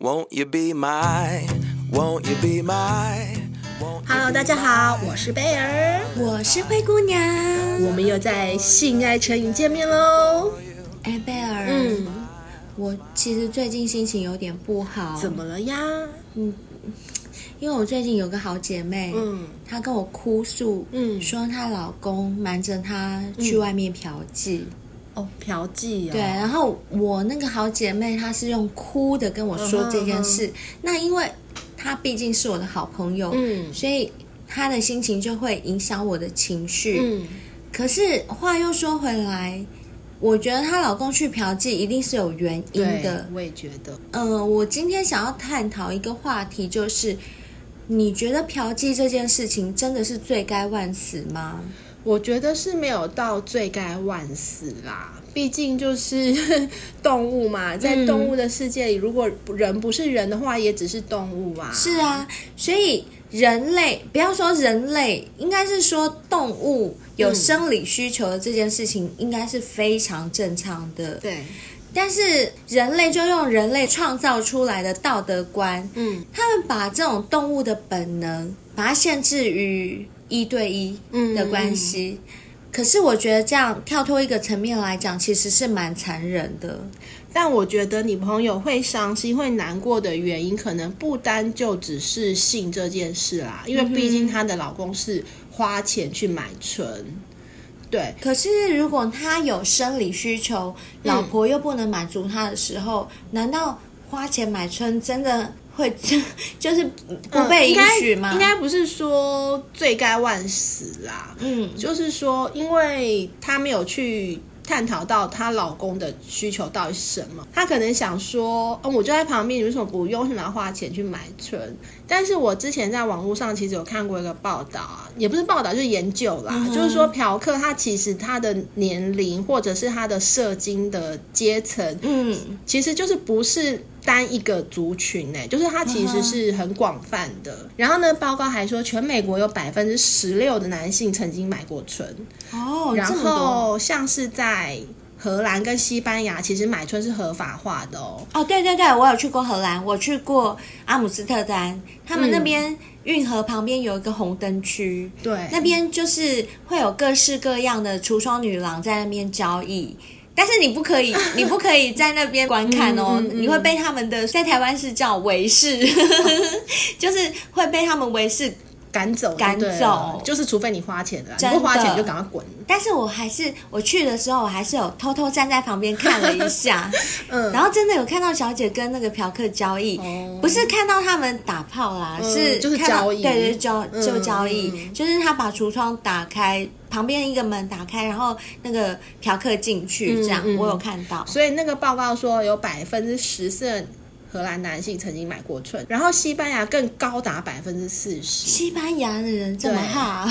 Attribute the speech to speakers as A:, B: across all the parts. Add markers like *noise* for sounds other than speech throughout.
A: Won't you be my? Won't you be my? Won't you
B: Hello，
A: be
B: 大家好，我是贝儿，
C: 我是灰姑娘，
B: 我们又在性爱成瘾见面喽。
C: 哎，贝尔，
B: 嗯，
C: 我其实最近心情有点不好，
B: 怎？么了呀？
C: 因为我最近有个好姐妹，
B: 嗯，
C: 她跟我哭诉，
B: 嗯
C: 说她老公瞒着她去外面嫖妓，
B: 哦，嫖妓啊、
C: 对，然后我那个好姐妹她是用哭的跟我说这件事，那因为她毕竟是我的好朋友，
B: 嗯
C: 所以她的心情就会影响我的情绪，
B: 嗯，
C: 可是话又说回来，我觉得她老公去嫖妓一定是有原因
B: 对
C: 的。
B: 我也觉得，
C: 呃，我今天想要探讨一个话题，就是你觉得嫖妓这件事情真的是罪该万死吗？
B: 我觉得是没有到罪该万死啦。毕竟就是 *laughs* 动物嘛，在动物的世界里，如果人不是人的话，也只是动物啊。
C: 是啊，所以人类不要说人类，应该是说动物有生理需求的这件事情，应该是非常正常的。
B: 对，
C: 但是人类就用人类创造出来的道德观，
B: 嗯
C: 他们把这种动物的本能，把它限制于一对一
B: 嗯
C: 的关系。可是我觉得这样跳脱一个层面来讲，其实是蛮残忍的。
B: 但我觉得你朋友会伤心、会难过的原因，可能不单就只是性这件事啦，因为毕竟她的老公是花钱去买春，对，
C: 可是如果他有生理需求，老
B: 嗯
C: 婆又不能满足他的时候，难道花钱买春真的会 *laughs* 就是不
B: 嗯
C: 被
B: 应
C: 允
B: 该
C: 许吗？
B: 应该不是说罪该万死啦，
C: 嗯，
B: 就是说，因为她没有去探讨到她老公的需求到底是什么，她可能想说，嗯，我就在旁边，你为什么不用去拿花钱去买春？但是我之前在网络上其实有看过一个报道啊，也不是报道，就是研究啦，就是说嫖客他其实他的年龄或者是他的社经的阶层，
C: 嗯，
B: 其实就是不是单一个族群呢、欸就是它其
C: 嗯
B: 实是很广泛的。然后呢，报告还说，全美国有百分之十六的男性曾经买过春，
C: 哦，
B: 然
C: 这么多
B: 后像是在荷兰跟西班牙，其实买春是合法化的哦。
C: 哦，对对对，我有去过荷兰，我去过阿姆斯特丹，他们那
B: 嗯
C: 边运河旁边有一个红灯区，
B: 对，
C: 那边就是会有各式各样的橱窗女郎在那边交易。但是你不
B: *laughs*
C: 可以，你不可以在那边观看哦，
B: 嗯嗯嗯
C: 你会被他们的在台湾是叫围视， *laughs* 就是会被他们围视。
B: 赶走就
C: 赶
B: 对了
C: 走
B: 就是除非你花钱了，你
C: 真
B: 不花钱
C: 的
B: 你就赶快滚。
C: 但是我还是我去的时候，我还是有偷偷站在旁边看了一下，
B: *laughs* 嗯，
C: 然后真的有看到小姐跟那个嫖客交易，
B: 哦
C: 不是看到他们打炮啦，
B: 嗯
C: 是
B: 就是
C: 看到
B: 交易
C: 对对交
B: 嗯
C: 就交易，
B: 嗯
C: 就是他把橱窗打开，旁边一个门打开，然后那个嫖客进去，这样、
B: 嗯
C: 我有看到。
B: 所以那个报告说有百分之十四的荷兰男性曾经买过春，然后西班牙更高达百分之四十。
C: 西班牙的人这么
B: 对
C: 哈，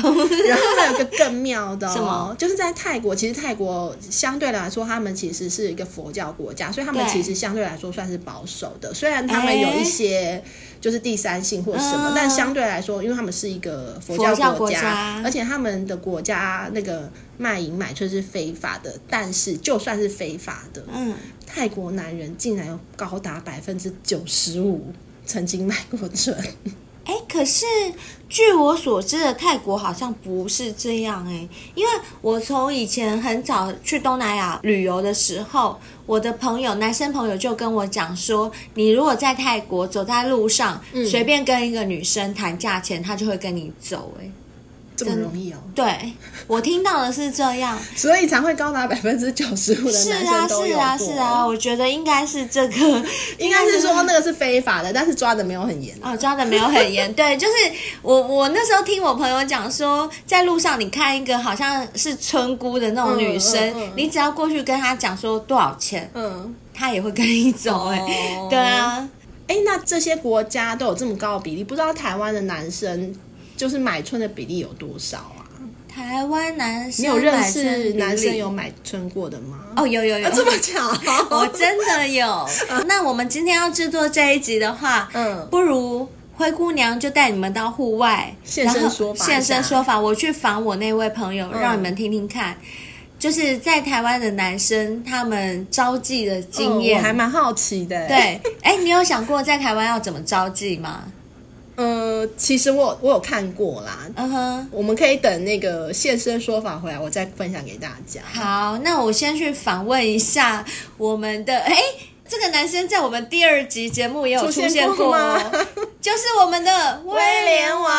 B: 然后还有一个更妙的、
C: 什
B: 哦
C: 么，
B: 就是在泰国，其实泰国相对来说，他们其实是一个佛教国家，所以他们
C: 对
B: 其实相对来说算是保守的。虽然他们有一
C: 哎
B: 些就是第三性或什么，
C: 嗯
B: 但相对来说，因为他们是一个佛教
C: 佛教
B: 国
C: 国家
B: 而且他们的国家那个卖淫买春是非法的，但是就算是非法的，
C: *laughs* 嗯，
B: 泰国男人竟然有高达百分之九十五曾经买过春。
C: 哎，可是据我所知的泰国好像不是这样哎，因为我从以前很早去东南亚旅游的时候，我的朋友男生朋友就跟我讲说，你如果在泰国走在路上，
B: 嗯
C: 随便跟一个女生谈价钱，她就会跟你走哎。
B: 这么容易哦，
C: 对，我听到的是这
B: *laughs*
C: 样，
B: 所以才会高达百分之九十五的
C: 是
B: 男
C: 啊，
B: 生都
C: 是
B: 有
C: 啊，
B: 过
C: 是啊，，我觉得应该是这个，
B: *laughs* 应该是说那个是非法的，但是抓的没有很严。
C: 哦，抓的没有很严，对，就是我我那时候听我朋友讲说，在路上你看一个好像是村姑的那种女生，
B: 嗯嗯嗯
C: 你只要过去跟她讲说多少钱，
B: 嗯，
C: 她也会跟你走、欸，
B: 哦
C: 对啊，
B: 哎、那这些国家都有这么高的比例，不知道台湾的男生就是买春的比例有多少啊？
C: 台湾男生
B: 你有认
C: 买
B: 识
C: 春
B: 男
C: 比例
B: 生有买春过的吗？
C: 哦，有有有。
B: 啊这么巧，
C: 我真的有。
B: *laughs*
C: 那我们今天要制作这一集的话，
B: 嗯
C: 不如灰姑娘就带你们到户外
B: 现身
C: 然后
B: 说法一下嗯
C: 现身说法。我去访我那位朋友，让你们听听看。
D: 就是在台湾的男生他们招妓的经
B: 哦
D: 验。
B: 我还蛮好奇的。欸
D: 对，，哎、你有想过在台湾要怎么招妓吗？
B: 呃，其实我有我有看过啦，
D: 嗯哼，
B: 我们可以等那个现身说法回来，我再分享给大家。
D: 好，那我先去访问一下我们的，哎、这个男生在我们第二集节目也有出现
B: 出现过
D: 过
B: 吗
D: 哦，就是我们的威廉王。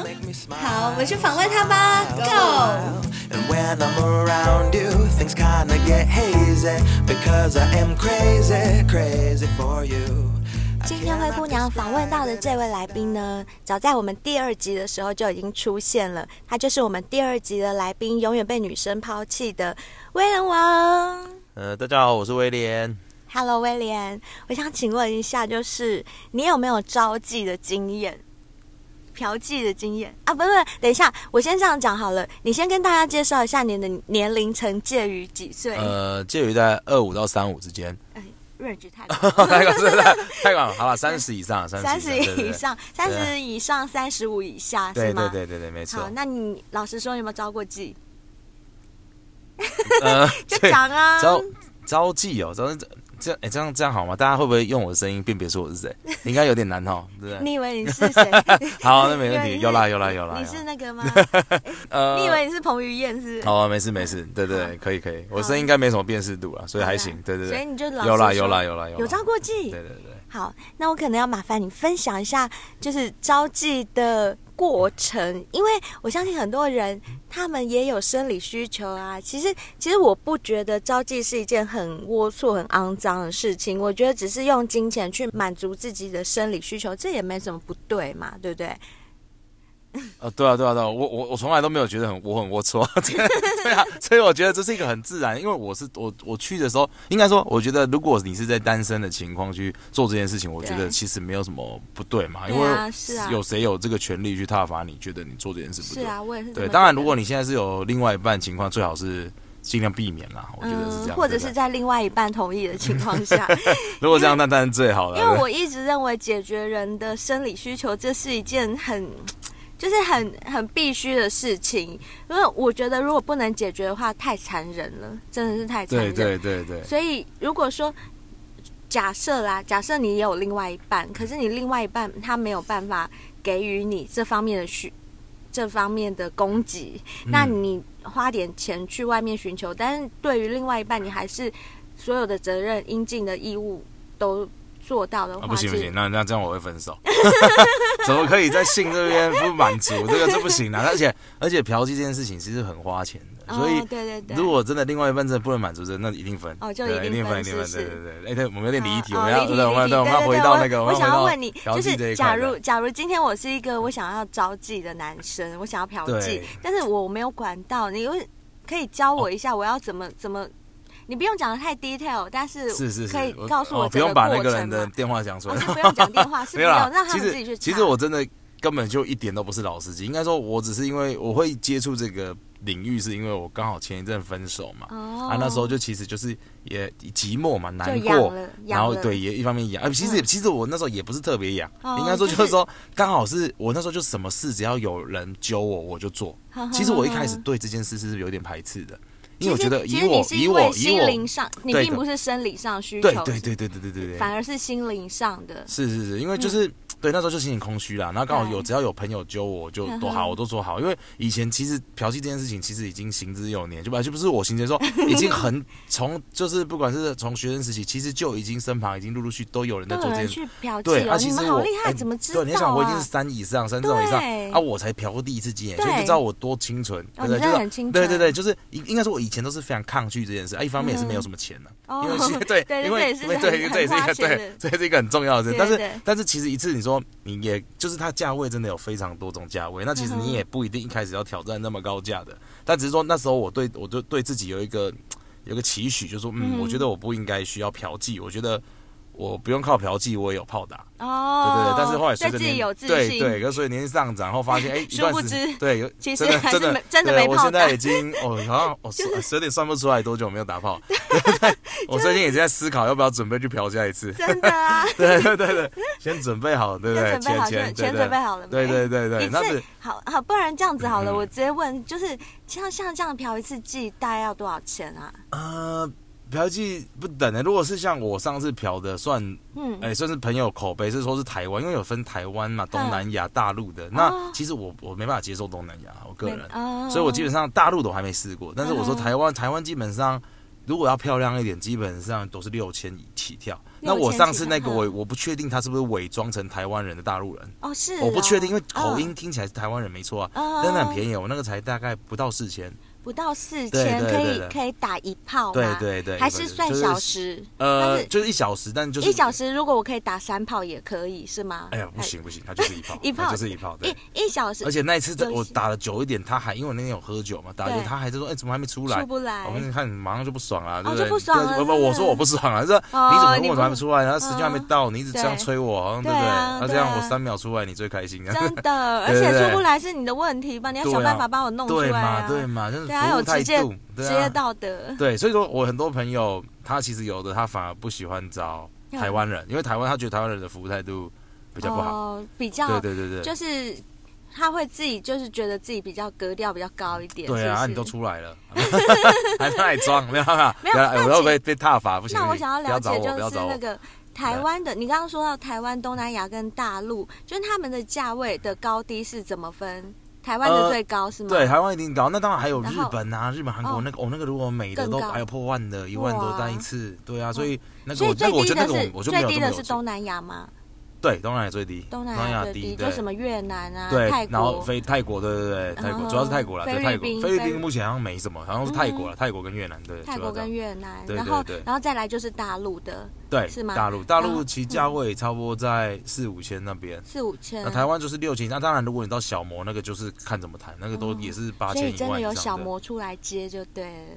A: Make me smile.
D: 好，我们去访问他吧，Go！
A: And when I'm around you, things kinda get hazy because I am crazy, crazy for you. I
C: 今天灰
A: cannot
C: 姑娘访问到的
A: describe
C: 这位来宾呢，早在我们第二集的时候就已经出现了，他就是我们第二集的来宾，永远被女生抛弃的威廉王。
E: 呃，大家好，我是威廉。
C: Hello，威廉，我想请问一下，就是你有没有招妓的经验？嫖妓的经验啊，不是，不是等一下，我先这样讲好了。你先跟大家介绍一下你的年龄层介于几岁、
E: 呃，介于在二五到三五之间， *laughs*
C: r a n g e 太
E: 太广是太太广了。好了，三十以上，
C: 三
E: 三
C: 十
E: 十
C: 以，上，三十以上，三十五以下
E: 对
C: 是
E: 对
C: 吗？
E: 对对对对，没错
C: 好，。那你老实说，你有没有招过
E: *laughs*
C: 妓？
E: 呃，
C: *laughs* 就
E: 对
C: 讲啊，
E: 招招妓哦，招这这哎这样这样好吗？大家会不会用我的声音辨别出我是谁？应该有点难哦，对不
C: *laughs*
E: 对？
C: 你以为你是谁？
E: *laughs*
C: *laughs*
E: 好，那没问
C: 你以为
E: 题，
C: 你
E: 有啦有啦有啦。
C: 你
E: 有
C: 是
E: 啦
C: 那个
E: *laughs*
C: 吗？
E: 呃
C: 你以为你是彭于晏是不是？
E: 好啊，没事没事，对对，可以可以，我声音应该没什么辨识度啦，所以还行，对对
C: 所以
E: 对。
C: 你就老实
E: 有啦
C: 说
E: 有啦有啦有啦
C: 有招过妓。
E: 对对对，
C: 好，那我可能要麻烦你分享一下，就是招妓的过程，因为我相信很多人他们也有生理需求啊。其实，其实我不觉得招妓是一件很龌龊、很肮脏的事情，我觉得只是用金钱去满足自己的生理需求，这也没什么不对嘛，对不对？
E: 呃，对啊，对啊，对啊，我我我从来都没有觉得很我很龌龊， *laughs* 对啊，所以我觉得这是一个很自然，因为我是我我去的时候，应该说，我觉得如果你是在单身的情况去做这件事情，我觉
C: 对
E: 得其实没有什么不对嘛，
C: 对
E: 因为
C: 啊是啊
E: 有谁有这个权利去挞伐你，觉得你做这件事不
C: 是
E: 对？
C: 啊，我也是这么觉
E: 对，
C: 得。
E: 当然，如果你现在是有另外一半情况，最好是尽量避免啦，我觉得是这样，
C: 嗯或者
E: 对不
C: 是
E: 对
C: 在另外一半同意的情况下，
E: 如果这样，那当然最好了。
C: 因为我一直认为解决人的生理需求，这是一件很。就是很很必须的事情，因为我觉得如果不能解决的话，太残忍了，真的是太残
E: *laughs* 对
C: 忍。
E: 对对对，
C: 所以如果说假设啦，假设你也有另外一半，可是你另外一半他没有办法给予你这方面的需这方面的供给，
E: 嗯
C: 那你花点钱去外面寻求，但是对于另外一半，你还是所有的责任、应尽的义务都做到的话，
E: 啊，不行不
C: 是
E: 行，那那这样我会分手。 *laughs* 怎么可以在性这边不满
C: *laughs*
E: 足？这个这不行啊！而且而且嫖妓这件事情其实很花钱的，
C: 哦
E: 所以
C: 对对对
E: 如果真的另外一半真的不能满足，真的那一定分
C: 哦就
E: 对
C: 一定
E: 一定
C: 分
E: 一定分，
C: 是不
E: 对
C: 是
E: 对对。哎，对，我们有点离题，
C: 啊
E: 我们
C: 啊
E: 要
C: 离
E: 对，我们要
C: 题
E: 对，我们要回到那个，
C: 我
E: 们
C: 想要
E: 回到
C: 问你，
E: 嫖
C: 就
E: 妓这
C: 是
E: 一块
C: 假
E: 的
C: 如假如今天我是一个我想要招妓的男生，我想要嫖妓
E: 对，哦
C: 但是我没有管到，你会可以教我一下，我要怎么怎么？你不用讲的太 detail，但是
E: 是是是，
C: 可以告诉
E: 我哦
C: 我
E: 不
C: 整
E: 用
C: 个
E: 把那
C: 过
E: 个
C: 程
E: 人的
C: 吗？
E: 电话讲出来，
C: 哦是不用讲电
E: *laughs*
C: 话是不
E: 没有啦
C: 用让他
E: 其
C: 们
E: 实
C: 自己去
E: 其
C: 查
E: 实我真的根本就一点都不是老司机，应该说我只是因为我会接触这个领域，是因为我刚好前一阵分手嘛，
C: 哦
E: 啊那时候就其实就是也寂寞嘛，难
C: 痒
E: 过
C: 了，
E: 然
C: 痒
E: 后
C: 了嗯
E: 对也一方面痒，啊其实也其实我那时候也不是特别痒，
C: 哦
E: 应该说
C: 就
E: 就是
C: 是
E: 说刚好是我那时候就什么事只要有人揪我我
C: *laughs*
E: 就做，其实我一开始对这件事是有点排斥的。因为我觉得
C: 其
E: 以
C: 实你
E: 我
C: 是
E: 以
C: 因
E: 我
C: 为
E: 以
C: 心
E: 我
C: 灵上，你
E: 对
C: 并
E: 的
C: 不是生理上需
E: 对
C: 求，
E: 对对对对对对对，
C: 反而是心灵上的。啊
E: 是是是，
C: 嗯
E: 因为就是、对那时候就心情空虚啦，然后刚好有
C: 对
E: 只要有朋友揪我，我就
C: 嗯
E: 都
C: 哼
E: 好，我都说好，因为以前其实嫖妓这件事情其实已经行之有年，就本来就不是我行之说，已经很 *laughs* 从就是不管是从学生时期，其实就已经身旁已经陆陆续都有人
C: 都有
E: 在做这
C: 人
E: 件事。
C: 去嫖
E: 对
C: 妓
E: 啊，
C: 哦，
E: 其
C: 你
E: 实
C: 们
E: 我
C: 好厉害，
E: 哎
C: 怎么知道
E: 对，
C: 啊？
E: 你想我已经是三以上、三这种以上
C: 对
E: 啊，我才嫖第一次经验，所以
C: 对
E: 就知道我多清纯，
C: 哦
E: 对
C: 你
E: 对？
C: 真的
E: 就是
C: 很清
E: 对
C: 纯
E: 对对，就是应应该说，我以前都是非常抗拒这件事啊，一方面也是没有什么钱呢，
C: 哦
E: 因为是
C: *laughs*
E: 对
C: 对，
E: 因
C: 这
E: 为
C: 也是
E: 因为
C: 很
E: 对，这也是
C: 很
E: 一
C: 花
E: 个
C: 钱的
E: 对，这也是一个很重要的事。
C: 对
E: 但
C: 对
E: 是但是其实一次你说你也就是它价位真的有非常多种价位，那其实你也不一定一开始要挑战那么高价的，但只是说那时候我对我就
C: 嗯
E: 对自己有一个有一个期许，就是说嗯，我觉得我不应该需要嫖妓，我觉得我不用靠嫖妓，我也有炮打。对对
C: 哦
E: 对，，但是后来
C: 对
E: 随着
C: 自
E: 年
C: 己有自
E: 对
C: 信，
E: 对，可是随着年纪上涨后发现，哎，
C: *laughs*
E: 一
C: 殊
E: 段
C: 不
E: 时
C: 知
E: 对，有
C: 其
E: 真
C: 实
E: 的
C: 还
E: 真
C: 是
E: 的
C: 没 *laughs* 真的
E: 对
C: 没
E: 我
C: 炮
E: 现在
C: 打 *laughs*
E: 已经哦，好像我有点算不出来多久没有打炮，对对 *laughs* 我最近也是在思考要不要准备去嫖下一次。
C: *laughs* 真的啊，
E: *laughs* 对对对对，先准备好，对不对？
C: 先准备好，
E: 钱
C: 先
E: 钱
C: 钱
E: 对
C: 准备好了没？哎
E: 对对对对，
C: 一
E: 那是嗯
C: 次好好，不然这样子好了，我直接问，就是像像这样嫖一次妓大概要多少钱啊？
E: 呃，嫖妓不等欸的、如果是像我上次嫖的，算
C: 嗯
E: 哎、算是朋友口碑，是说是台湾，因为有分台湾嘛、东南
C: 嗯
E: 亚、大陆的。那其实我我没办法接受东南亚，我个人，
C: 哦
E: 所以我基本上大陆的我还没试过。但是我说
C: 嗯
E: 台湾，台湾基本上。如果要漂亮一点，基本上都是六千以起跳。
C: 六
E: 那
C: 千
E: 我上次那
C: 起
E: 个，
C: 跳
E: 我
C: 嗯
E: 我不确定他是不是伪装成台湾人的大陆人，
C: 哦是哦，
E: 我不确定，因为口音
C: 嗯
E: 听起来是台湾人没错啊，
C: 嗯
E: 但是很
C: 宜，
E: 便宜，我那个才大概不到四千。
C: 不到四
E: 对
C: 千
E: 对
C: 可
E: 对
C: 以
E: 对
C: 可以打一炮吗？
E: 对对对，
C: 还是算
E: 就是
C: 小时？但
E: 呃，
C: 是
E: 就是一小时，但就是
C: 一小。时如果我可以打三炮也可以是吗？
E: 哎呀，不行不行，它就是一炮
C: *laughs* ，一炮
E: 它就是一炮，对
C: 哎，。一一小时，
E: 而且那一次
C: 有
E: 我打了久一点，他还因为我那天有喝酒嘛，打了久
C: 对
E: 他还在说，哎，怎么还没出来
C: 出？不来哦
E: 我，们看马上就不爽啊了，对不
C: 就
E: 对？
C: 不爽了
E: 对不
C: 真
E: 不，
C: 的
E: 我说我不爽了，这
C: 哦
E: 你怎么跟
C: 你
E: 我
C: 不
E: 怎么还没出来？然后时间还没
C: 嗯
E: 到，你一直这样
C: 对
E: 催我，好像
C: 对
E: 对不对？
C: 啊
E: 那这
C: 对
E: 样
C: 啊
E: 我三秒出来，你最开心，啊
C: 真的，而
E: *laughs* 对对
C: 且
E: 对
C: 出不来是你的问题吧？你要
E: 对
C: 想
E: 啊
C: 办法把我弄出
E: 对
C: 来
E: 嘛
C: 啊！
E: 对嘛，就是
C: 对啊，
E: 服务
C: 有职
E: 态
C: 业
E: 度，
C: 职
E: 对
C: 业
E: 啊，
C: 道 *laughs* 德，
E: 对，所以说我很多朋友，他其实有的他反而不喜欢找台湾人，因为台湾他觉得台湾人的服务态度比较不好。
C: 哦，比较
E: 对对对对，
C: 就是他会自己就是觉得自己比较格调比较高一点。
E: 对
C: 是不
E: 啊，
C: 是
E: 你都。出来了， *laughs* 还在那里装，没有办法，
C: 没有
E: 不要
C: 那
E: 哎我要
C: 其
E: 被被踏伐，不行。
C: 那我想
E: 不
C: 了
E: 要找
C: 解
E: 我，不
C: 就
E: 要
C: 是
E: 找
C: 那
E: 我。
C: 个台湾的，你刚刚说到台湾、东南亚跟大陆，就是他们的价位的高低是怎么分？台湾的
E: 呃
C: 最高是吗？
E: 对，台湾一定高，那当然还有
C: 然
E: 日
C: 后
E: 本啊，日本、韩国
C: 哦
E: 那个，哦，那个如果美的
C: 更
E: 都
C: 高
E: 还有破万的，一万多单一次，对啊，所以那个
C: 所以
E: 我那
C: 最
E: 个我
C: 低
E: 觉得
C: 的
E: 那个
C: 是
E: 我我就没
C: 最
E: 有
C: 低
E: 这么
C: 的
E: 有
C: 是
E: 趣
C: 东南亚吗？
E: 对，东南亚最低，
C: 东
E: 东
C: 南
E: 南亚
C: 最低
E: 对
C: 就什么越南啊、
E: 对
C: 泰，
E: 然后
C: 国、
E: 非泰国，对对对，泰
C: 嗯
E: 国
C: 哼
E: 主要是泰国啦，对
C: 菲律
E: 泰国
C: 宾，
E: 菲律
C: 菲律
E: 宾目前好像没什么，好像是泰国了，泰国跟越南，对，
C: 泰
E: 主要
C: 国
E: 这样
C: 跟越南，
E: 对
C: 然
E: 对
C: 后
E: 对
C: 然后再来就是大陆的
E: 对
C: 是吗嗯
E: 大陆，大
C: 然后
E: 陆其实价位也差不多在四五千那边。
C: 四五千
E: 那。台湾就是六千，那当然，如果你到小模那个，就是看怎么谈，那个都也是八
C: 嗯所以
E: 千一
C: 真
E: 万
C: 的
E: 以
C: 有
E: 上
C: 小模出来接就对了，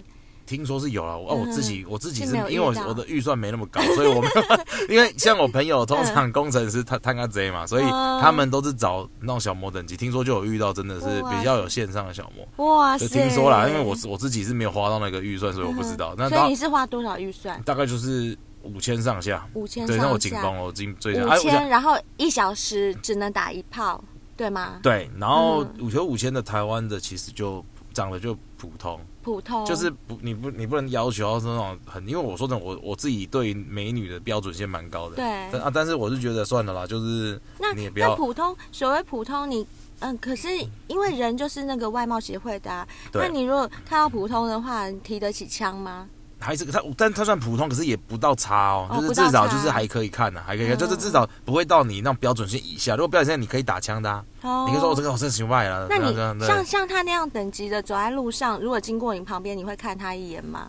E: 听说是有了。我、哦、我自己我自
C: 嗯
E: 己
C: 是
E: 是
C: 没有
E: 因为我
C: 遇到
E: 我的预算没那么高，所以我没有。
C: *laughs*
E: 因为像我朋友通常工程师他他他贼嘛，所以
C: 嗯
E: 他们都是找那种小模等级。听说就有遇到真的是
C: 哇
E: 比较有线上的小模，
C: 哇
E: 就
C: 塞！嗯
E: 听说啦，因为我我自己是没有花到那个预算，所以我不知道。那
C: 所以
E: 大
C: 你是花多少预算？
E: 大概就是五千上下。
C: 五千
E: 对，那我
C: 上
E: 紧
C: 下，
E: 绷了，我紧最近哎
C: 五
E: 我想
C: 千，然后一小时只能打一炮，对吗？
E: 对，然后
C: 嗯
E: 我觉得五千的台湾的其实就长得就普通，
C: 普通
E: 就是不你不你不能要求那种很，因为我说真的，我我自己对美女的标准线蛮高的，
C: 对
E: 但啊，但是我是觉得算了啦，就是
C: 那
E: 你也不
C: 那
E: 要
C: 普通，所谓普通你。嗯，可是因为人就是那个外貌协会的、啊，
E: 对
C: 那你如果看到普通的话，你提得起枪吗？
E: 还是他，但他算普通，可是也不到差哦，
C: 哦
E: 就是
C: 不到
E: 至少
C: 差
E: 就是还可以看啊的、还可以
C: 嗯
E: 看，就是至少不会到你那种标准线以下。如果标准线你可以打枪的、啊，
C: 哦
E: 你可以说我、这个我是行外了，
C: 那
E: 这样
C: 你
E: 对啊
C: 像像他那样等级的走在路上，如果经过你旁边，你会看他一眼吗？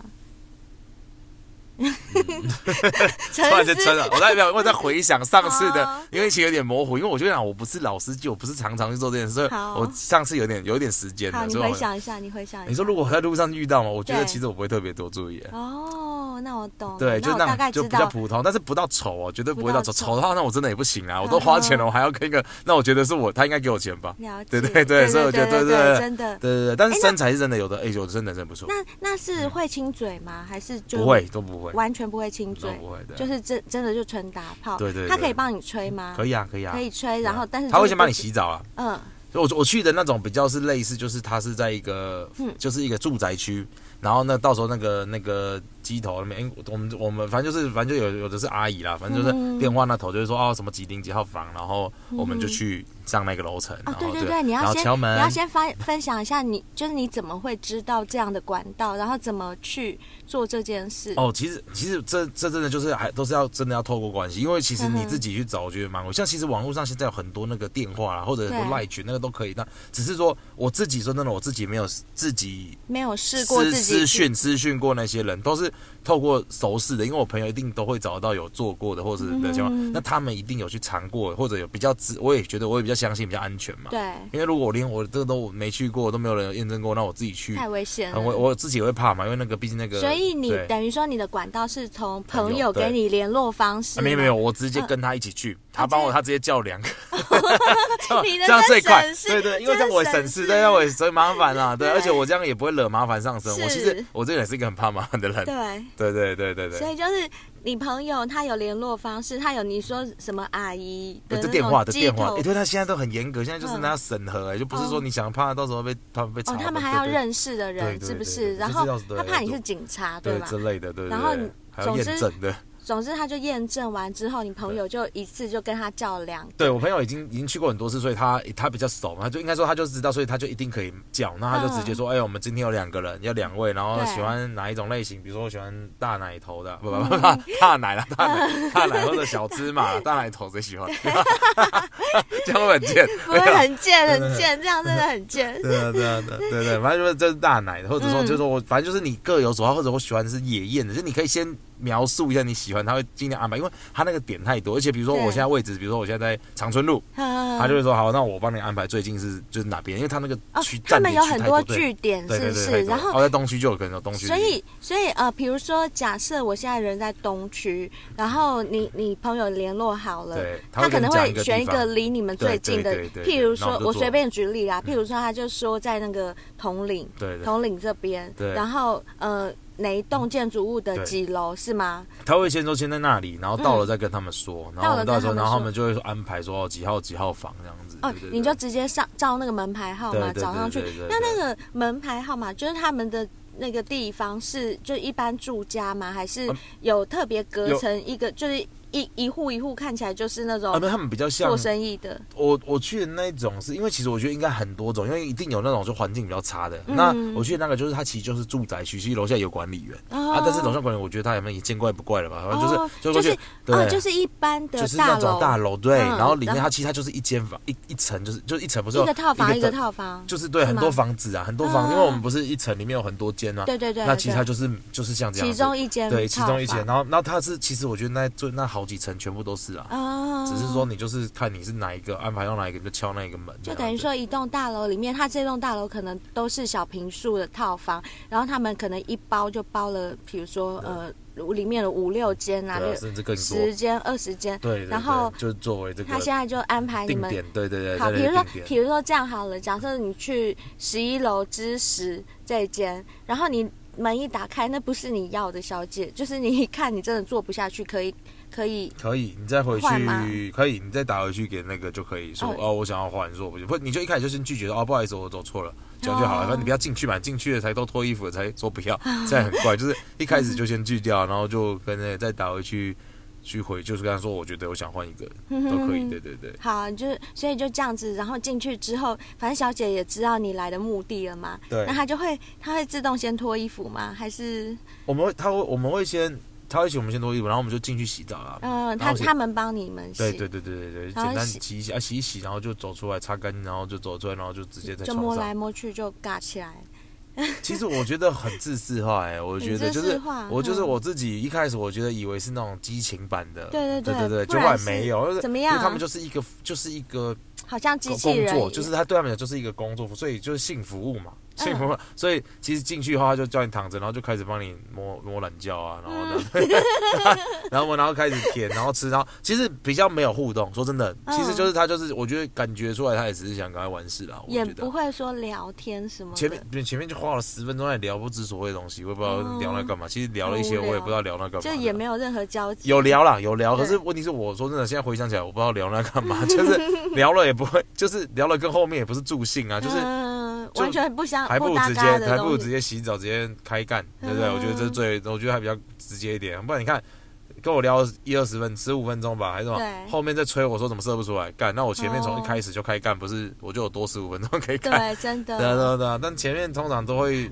E: 嗯
C: *laughs*
E: *laughs* 突然
C: 沉
E: 就
C: 思哦
E: 真了，我在没有，我在回想上次
C: 好
E: 的，因为其实有点模糊，因为我就想我不是老司机，我不是常常去做这件事，所以
C: 好
E: 我上次有点有一点时间
C: 好，
E: 了，
C: 你
E: 所以
C: 回
E: 我
C: 想一下，你回想一下。
E: 你说如果我在路上遇到嘛，我觉得
C: 对
E: 其实我不会特别多注意。
C: 哦，那我懂了。
E: 对，
C: 那
E: 就
C: 我
E: 那
C: 大
E: 种
C: 概
E: 就
C: 知
E: 比较
C: 道。
E: 普通，但是不到丑哦，绝对不会到丑。
C: 不到
E: 丑
C: 丑哦
E: 的话，那我真的也不行啊！我都花钱了，我还要跟一个，那我觉得是我，他应该给我钱吧？
C: 了解，
E: 对对对，所以我觉得
C: 对
E: 对
C: 真的。
E: 对对对，但
C: 哎
E: 是
C: 嗯那
E: 身材是真的有的，哎，有的真的真的不错，
C: 那那是会亲嘴吗？还是就
E: 嗯不会，都不会，
C: 完全不会亲
E: 都
C: 嘴？
E: 不会的，
C: 就
E: 对
C: 是真真的就纯打炮。
E: 对对对
C: 他可以帮你吹吗？
E: 可以啊，可以啊，
C: 可以吹，
E: 对啊
C: 然后但是
E: 他
C: 就
E: 会
C: 是
E: 先帮
C: 不
E: 你洗澡啊，
C: 嗯
E: 就我我去的那种比较是类似，就是它是在一个，
C: 嗯
E: 就是一个住宅区，然后呢，到时候那个那个机头那边，哎我们我们反正就是反正就有有的是阿姨啦，反
C: 嗯
E: 正就是电话那头就是说哦什么几零几号房，然后我们就去上那个楼层，
C: 哦
E: 然，
C: 对
E: 后
C: 对对，你
E: 然
C: 要
E: 后
C: 先
E: 敲门
C: 你要，先发分享一下你，就是你怎么会知道这样的管道，然后怎么去做这件事？
E: 哦，其实其实这这真的就是还都是要真的要透过关系，因为其实
C: 嗯
E: 你自己去找，我觉得蛮好。像其实网络上现在有很多那个电话啦，或者很多
C: 对
E: 赖群那个都可以，那只是说我自己说真的，我自己没有自己
C: 没有试过自己
E: 私私
C: 去
E: 讯私讯过那些人，都是透过熟识的，因为我朋友一定都嗯会找到有做过的或者是的情况，那他们一定有去尝过，或者有比较知，我也觉得我也比较相信比较安全嘛。
C: 对，
E: 因为如果我连我这个都没去过，都没有人验证过，那我自己去，
C: 太危险了
E: 很。我我自己也会怕嘛，因为那个毕竟那个，
C: 所以你
E: 对
C: 等于说你的管道是从朋
E: 友
C: 友
E: 对
C: 给你联络方式
E: 啊
C: 吗、
E: 没有没有，我直接跟他一起去，他帮我，他直接叫两啊 *laughs* 个，
C: 你
E: 这
C: 的
E: 样最快
C: 真省，事
E: 对对，因为这样我也省事，
C: 真省事
E: 对，让我也省麻烦啦，对，
C: 对
E: 而且我这样也不会惹麻烦上身。
C: 是
E: 我其实我这个人是一个很怕麻烦的人，
C: 对。
E: 对对对对对
C: 所以就是你朋友他有联络方式，他有你说什么阿姨的那
E: 对，这
C: 种
E: 电话的
C: 机
E: 电话，
C: 头
E: 哎，对他现在都很严格，现在就是
C: 嗯
E: 那要审核，哎，就不是说
C: 哦
E: 你想怕到时候被他们被查
C: 哦
E: 的，，
C: 他们还
E: 对
C: 要
E: 对
C: 认识的
E: 对
C: 人
E: 对
C: 是
E: 对
C: 不是？
E: 对
C: 然
E: 这
C: 后
E: 要是对
C: 他怕你
E: 要
C: 是
E: 做
C: 警察
E: 对
C: 吧？
E: 之类的，对对，
C: 然后
E: 对
C: 你
E: 还要
C: 总
E: 验
C: 之
E: 证对。
C: 总之他就验证完之后，你朋友就一次就跟他叫
E: *laughs*
C: 两个，
E: 对我朋友已经已经去过很多次，所以他他比较熟嘛，他就应该说他就知道，所以他就一定可以叫。那他
C: 嗯
E: 就直接说，哎、我们今天有两个人，要两位，然后
C: 对
E: 喜欢哪一种类型？比如说我喜欢大奶
C: *laughs*
E: 头的，不不不，大大奶啦，大奶 *laughs* 大奶或者小芝麻，大奶头谁
C: *laughs*
E: 喜欢？ *laughs* 这样会不会很贱。 *laughs*
C: 不会很贱很贱，这样真的很贱。
E: 对啊，对啊，对啊对对，反正就是这是大奶的，或者说
C: 嗯
E: 就是说我，反正就是你各有所好，或者我喜欢的是野艳的，就是你可以先描述一下你喜欢，他会尽量安排，因为他那个点太多，而且比如说
C: 对嗯
E: 我现在位置，比如说我现在在长春路，
C: 他
E: 他就会说好，那我帮你安排最近是就是哪边，因为他那个
C: 哦
E: 区，
C: 他
E: 站
C: 们
E: 点
C: 有
E: 区
C: 很
E: 太
C: 多
E: 对
C: 据点
E: 对
C: 是
E: 对
C: 不
E: 对
C: 是
E: 太？多
C: 然后
E: 哦在东区就有可能有东区，
C: 所以，所以呃，比如说，假设我现在人在东区，然后你你朋友联络好了
E: 对，他
C: 他可
E: 会跟你
C: 能
E: 讲一
C: 会
E: 个
C: 选
E: 地
C: 一
E: 方
C: 个离你们最近的
E: 对对对，对
C: 譬如
E: 然
C: 说
E: 后我，就
C: 我
E: 做嗯
C: 随便举例啦，譬如说，他就说在那个统领，
E: 对对
C: 统领这边
E: 对，
C: 然后呃哪一栋建筑物的
E: 对
C: 几楼是吗？
E: 他会先说先在那里，然后到了再跟他们说，然后我们
C: 到
E: 到
C: 了
E: 时
C: 再
E: 候
C: 跟他们
E: 然后
C: 说
E: 他们就会说安排说哦几号几号房这样子，
C: 哦
E: 对对，对
C: 你就直接上照那个门牌号
E: 对
C: 码
E: 对对
C: 找上去
E: 对对。
C: 那
E: 对
C: 那个门牌号码就是他们的那个地方是就一般住家吗？还是
E: 嗯
C: 有特别隔
E: 有
C: 成一个，就是一一户一户看起来就是那
E: 啊，那
C: 种
E: 他们比较像
C: 做生意的？
E: 我我去的那一种是因为其实我觉得应该很多种，因为一定有那种就环境比较差
C: 嗯
E: 的。那我去的那个就是它其实就是住宅区，其实楼下有管理员、
C: 哦
E: 啊，但是楼下管理员我觉得他也没也见怪不怪了吧，反正
C: 哦
E: 就
C: 就
E: 是、过去
C: 是
E: 对、
C: 哦，就是一般的
E: 就是
C: 大
E: 那种
C: 楼，
E: 大楼对，
C: 嗯
E: 然后里面
C: 然
E: 它
C: 后
E: 其实它就是一间房一一层就是就是一层不是有
C: 一个套房一个
E: 整
C: 套房，
E: 就是对很
C: 吗
E: 多房子啊很多房，
C: 嗯
E: 因为我们不是一层里面有很多间吗？
C: 对对对
E: 那其实
C: 对
E: 它就是就是像这样子，
C: 其中一间
E: 对其中一
C: 套房
E: 间，然后然后它是其实我觉得那最那好几层全部都是啊，
C: 哦，
E: 只是说你就是看你是哪一个安排到哪一个，你就敲那一个门这
C: 就
E: 样子，
C: 等于说，一栋大楼里面，它这栋大楼可能都是小平数的套房，然后他们可能一包就包了，比如说呃，里面有五六间啊，
E: 对啊
C: 六
E: 甚至更多
C: 十间、二十间，
E: 对，对对
C: 然后
E: 就是作为这个
C: 他现在就安排你
E: 定
C: 们
E: 点，对对对，
C: 好，
E: 在
C: 比如
E: 那
C: 说
E: 个定，
C: 比
E: 点
C: 如说这样好了，假设你去十一楼之十这一间，然后你门一打开，那不是你要的小姐，就是你一看你真的做不下去，可以可以
E: 可以，你再回
C: 换吗
E: 去，可以，你再打回去给那个就可以说
C: 哦
E: 哦，我想要换，说不行，不，你就一开始就先拒绝哦，不好意思，我走错了，这样就好了。
C: 哦
E: 反正你不要进去嘛，进去了才都脱衣服了才说不要， *laughs* 这样很怪。就是一开
C: 嗯
E: 始就先拒掉，然后就跟那个再打回去，去回就是跟他说，我觉得我想换一个
C: 嗯
E: 都可以，对对对。
C: 好，就是所以就这样子，然后进去之后，反正小姐也知道你来的目的了嘛，
E: 对
C: 那她就会她会自动先脱衣服吗？还是
E: 我们会，他会，我们会先，他会请我们先脱衣服，然后我们就进去洗澡啦。
C: 嗯、呃，
E: 然后
C: 她
E: 洗
C: 他们帮你们洗，
E: 对对对对对对，
C: 然后
E: 简单
C: 洗
E: 洗一洗啊，洗一洗，然后就走出来擦干净，然后就走出来，然后就直接在
C: 就
E: 床
C: 摸来
E: 上。
C: 摸去就尬起来，
E: 其实我觉得很自私化哎、我觉得
C: 很
E: 就
C: 自
E: 是
C: 私化
E: 我就是
C: 嗯
E: 我自己一开始我觉得以为是那种激情版的，
C: 对对对
E: 对对
C: 不
E: 就后来
C: 然是
E: 没有，就是
C: 怎么
E: 因
C: 样
E: 为
C: 啊
E: 他们就是一个就是一个
C: 好像机器
E: 工
C: 人一
E: 作，
C: 样，
E: 就是他对他们讲就是一个工作，所以就是性服务嘛，性服务。
C: 嗯
E: 所以其实进去的话，他就叫你躺着，然后就开始帮你摸摸懒觉啊，然后呢，
C: 嗯
E: *laughs* 然后然后开始舔，然后吃，然后其实比较没有互动。说真的，
C: 嗯
E: 其实就是他就是，我觉得感觉出来他也只是想赶快完事啦。我
C: 也
E: 觉
C: 不
E: 得
C: 会说聊天什么的，
E: 前面前面就花了十分钟在聊不知所谓的东西，我也不知道聊那干嘛。其实聊了一些，
C: 好哦
E: 我
C: 无聊
E: 也不知道聊那干嘛
C: 就
E: 的。
C: 也没有任何交集，
E: 有聊啦，有聊，可
C: 对
E: 是问题是，我说真的，现在回想起来，我不知道聊那干嘛， *laughs* 就是聊了也不会，就是聊了跟后面也不是助兴啊，就是
C: 嗯、
E: 就
C: 完全不相
E: 还不如
C: 搭
E: 直接，
C: 嘎的
E: 还不如
C: 东
E: 直
C: 西，
E: 接洗澡，直接开干，对不对？
C: 嗯
E: 我觉得这是最，我觉得还比较直接一点。不然你看，跟我聊一二十分，十五分钟吧，还是什么，
C: 对
E: 后面再催我说怎么射不出来，干，那我前面从
C: 哦
E: 一开始就开干，不是我就有多十五分钟可以干？
C: 对，真的，
E: 对啊对啊对啊，但前面通常都会。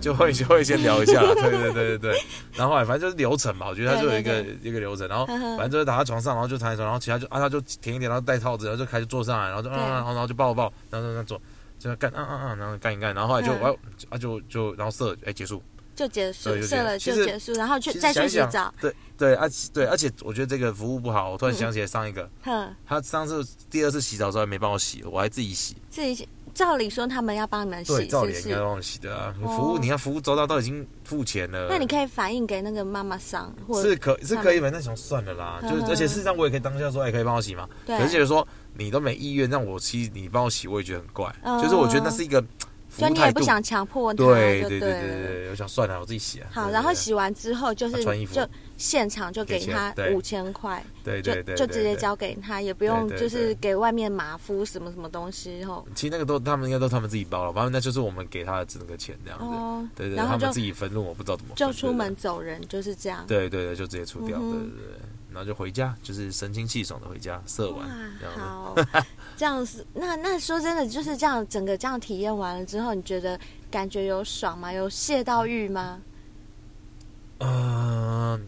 E: 就会就会先聊一下啦，
C: *laughs*
E: 对对对对对，然后后来反正就是流程嘛，我觉得它就有一
C: 对
E: 个
C: 对
E: 一个流程，然后
C: 嗯哼
E: 反正就是躺在床上，然后就躺在床，然后其他就啊他就舔一点，然后戴套子，然后就开始坐上来，然后就啊
C: 对
E: 啊，然后然后就抱抱，然后就那样做，就干啊啊啊，然后干一干，然后后来就
C: 嗯
E: 我啊就啊就就然后射，哎结束，
C: 就结束
E: 对就，结
C: 射
E: 束
C: 了
E: 其
C: 就
E: 实
C: 结束，然后去
E: 其实
C: 再
E: 想
C: 去
E: 一
C: 洗
E: 想
C: 澡。
E: 对对，而且对，而且我觉得这个服务不好。我突然想起来上一个，
C: 嗯哼，
E: 他上次第二次洗澡的时候还没帮我洗，我还自己洗。
C: 自己洗照理说他们要帮你们洗，
E: 对，
C: 是
E: 照
C: 不
E: 理应该
C: 是？
E: 帮我洗的啊。
C: 哦
E: 服务，你看服务周到都已经付钱了。
C: 那你可以反映给那个妈妈桑，或者
E: 是可是可以吧？那想算了啦，就是
C: 嗯
E: 而且事实上我也可以当下说，哎，可以帮我洗吗？
C: 对
E: 可是觉得说你都没意愿让我洗，你帮我洗，我也觉得很怪。
C: 嗯
E: 就是我觉得那是一个服
C: 就
E: 务
C: 你也
E: 态
C: 不
E: 度。
C: 想强迫他，
E: 对
C: 就
E: 对对
C: 对
E: 对
C: 了
E: 对，我想算了，我自己洗啊。
C: 好，
E: 对
C: 然后。
E: 对对
C: 洗完之后就是
E: 啊穿衣服
C: 就现场就
E: 给
C: 给他
E: 钱对
C: 五千块，
E: 对
C: 就
E: 对对，
C: 就
E: 对
C: 直接。
E: 对
C: 交给他，也不用
E: 对
C: 就
E: 对
C: 是
E: 对
C: 给外面马夫什么什么东西哦。
E: 其实那个都他们应该都他们自己包了，反正那就是我们给他的整个钱这样子。
C: 哦
E: 对对，
C: 然后
E: 他
C: 就
E: 们自己分论，我不知道怎么分
C: 就出
E: 对对
C: 门走人就是这样。
E: 对对对，就直接出掉，
C: 嗯
E: 对
C: 哼
E: 对对，然后就回家，就是神清气爽的回家，射
C: 哇
E: 完，然后
C: 好，这样子，那那说真的就是这样，整个这样体验完了之后，你觉得感觉有爽吗？有谢到欲吗？
E: 嗯、呃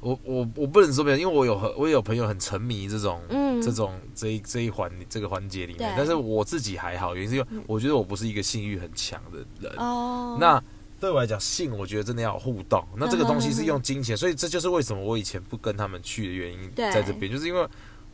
E: 我我我不能说没有，因为我有很我有朋友很沉迷这种，
C: 嗯
E: 这种这一这一环这个环节里面
C: 对，嗯
E: 但是我自己还好，原因是因为我觉得我不是一个性欲很强的人，
C: 哦，
E: 那。对我来讲，性我觉得真的要有互动。那这个东西是用金钱，所以这就是为什么我以前不跟他们去的原因，
C: 对
E: 在这边，就是因为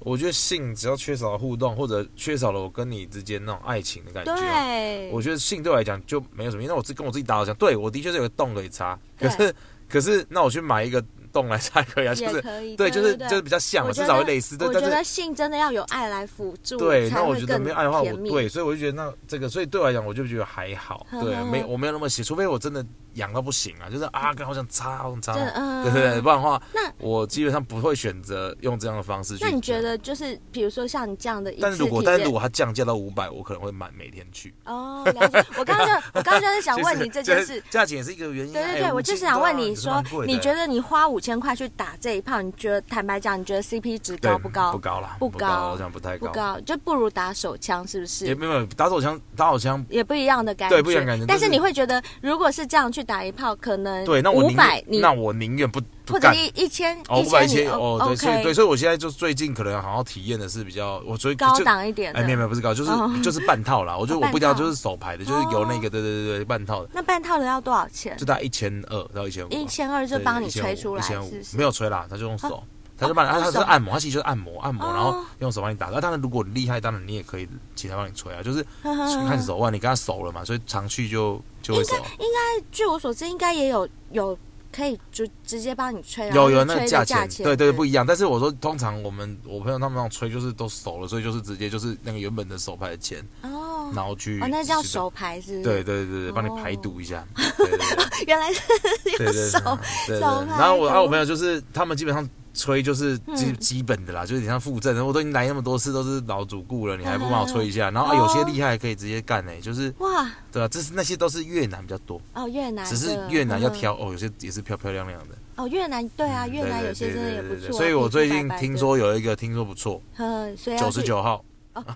E: 我觉得性只要缺少了互动，或者缺少了我跟你之间那种爱情的感觉，啊
C: 对，
E: 我觉得性对我来讲就没有什么，因为我自跟我自己打好讲，对我的确是有个洞可以插，
C: 对
E: 可是可是那我去买一个洞来插也可以啊，就
C: 也
E: 是
C: 可以，
E: 对，就是
C: 对
E: 就是比较像嘛，
C: 我觉
E: 至
C: 得
E: 少会类似，对
C: 我，觉
E: 但是
C: 得性真的要有爱来辅助，
E: 对，
C: 才
E: 那我
C: 会
E: 觉得
C: 更
E: 没有爱的话，我
C: 甜蜜
E: 对，所以我就觉得那这个，所以对我来讲，我就觉得还好，
C: 呵呵
E: 对
C: 呵，
E: 没我没有那么喜，除非我真的痒到不行啊，就是啊，刚好想插，好想插
C: 真的，嗯
E: 对对对，不然的话，
C: 那
E: 我基本上不会选择用这样的方式去。
C: 那你觉？得就是比如说像你这样的一次体
E: 但
C: 验，
E: 是如果但是如果它降价到五百，我可能会买每天去。
C: 哦，了
E: *laughs*
C: 解。我刚刚就我刚刚就是想问你这件
E: 其实
C: 事。
E: 价钱也是一个原因。
C: 对对
E: 哎
C: 对，我就是想问你说，你觉？
E: 五千多啊也是蛮贵
C: 得
E: 的
C: 你花五千块去打这一炮，你觉得坦白讲，你觉得 CP 值
E: 对
C: 高不高？
E: 不，高啦，
C: 不高
E: 我想不太
C: 不高，就不如打手枪，是不
E: 也
C: 是？
E: 没有没有打手枪，打手枪
C: 也不一样的感觉，
E: 对不一样的感觉
C: 但是
E: 但是
C: 你会觉得，如果是这样去打一炮，可能
E: 对，那我
C: 嗯五
E: 宁
C: 百
E: 愿，
C: 你
E: 那我宁愿不不
C: 或者
E: 干。
C: 一一千，
E: 哦，五百
C: 一
E: 千
C: 你
E: 哦，对，所以
C: OK，
E: 对，所以我现在就最近可能好像体验的是比较，我所以
C: 高
E: 就
C: 档一点的。
E: 哎，没有没有，不是高，就是
C: 哦
E: 就是半套啦。我觉得
C: 哦
E: 我不一定要
C: 半套哦
E: 就是手牌的，就是有那个，对对对对，半套的，
C: 那半套的要多少钱
E: 就？大概一千二到一千五，啊
C: 一千二就帮你吹出来，
E: 一
C: 是
E: 千五
C: 不是？哦
E: 没
C: *laughs*
E: 有吹啦，他就用手。他就帮你，他他是按摩，他其实就是按摩，按摩，然后用手帮你打。那当然，如果你厉害，当然你也可以请他帮你吹啊，就是
C: 呵呵呵
E: 看手腕，你跟他熟了嘛，所以常去就就
C: 嗯
E: 会
C: 应
E: 熟
C: 该。应该，据我所知，应该也有有可以就直接帮你吹，然后
E: 有有
C: 你吹
E: 那个
C: 的
E: 价
C: 价
E: 钱，对对不一样。但是我说，通常我们我朋友他们那种吹就是都熟了，所以就是直接就是那个原本的手牌的钱，
C: 哦
E: 然后去
C: 哦，那叫
E: 是的
C: 手牌是不是？
E: 对对对对，帮你
C: 哦
E: 排毒一下。对对对
C: 原来是 *laughs*
E: 对
C: 用
E: 对对
C: 手
E: 对对
C: 手牌
E: 然后我
C: 毒
E: 啊，我朋友就是他们基本上吹就是基
C: 嗯
E: 基本的啦，就是有点像附赠。我都已经来那么多次都是老主顾了，你还不
C: 嗯
E: 帮我吹一下？然后啊，
C: 哦
E: 有些厉害可以直接干哎，就是
C: 哇
E: 对啊，这是那些都是越南比较多，
C: 哦越南的，
E: 只是越南要
C: 嗯
E: 挑哦，有些也是漂漂亮亮的。
C: 哦越南对啊，越南
E: 对
C: 有些
E: 对
C: 真的
E: 对
C: 也
E: 对
C: 不
E: 对
C: 错，
E: 所以我最近
C: 白啊白的
E: 听，说有一个听说不错，
C: 呵，所以哦
E: 九十九号。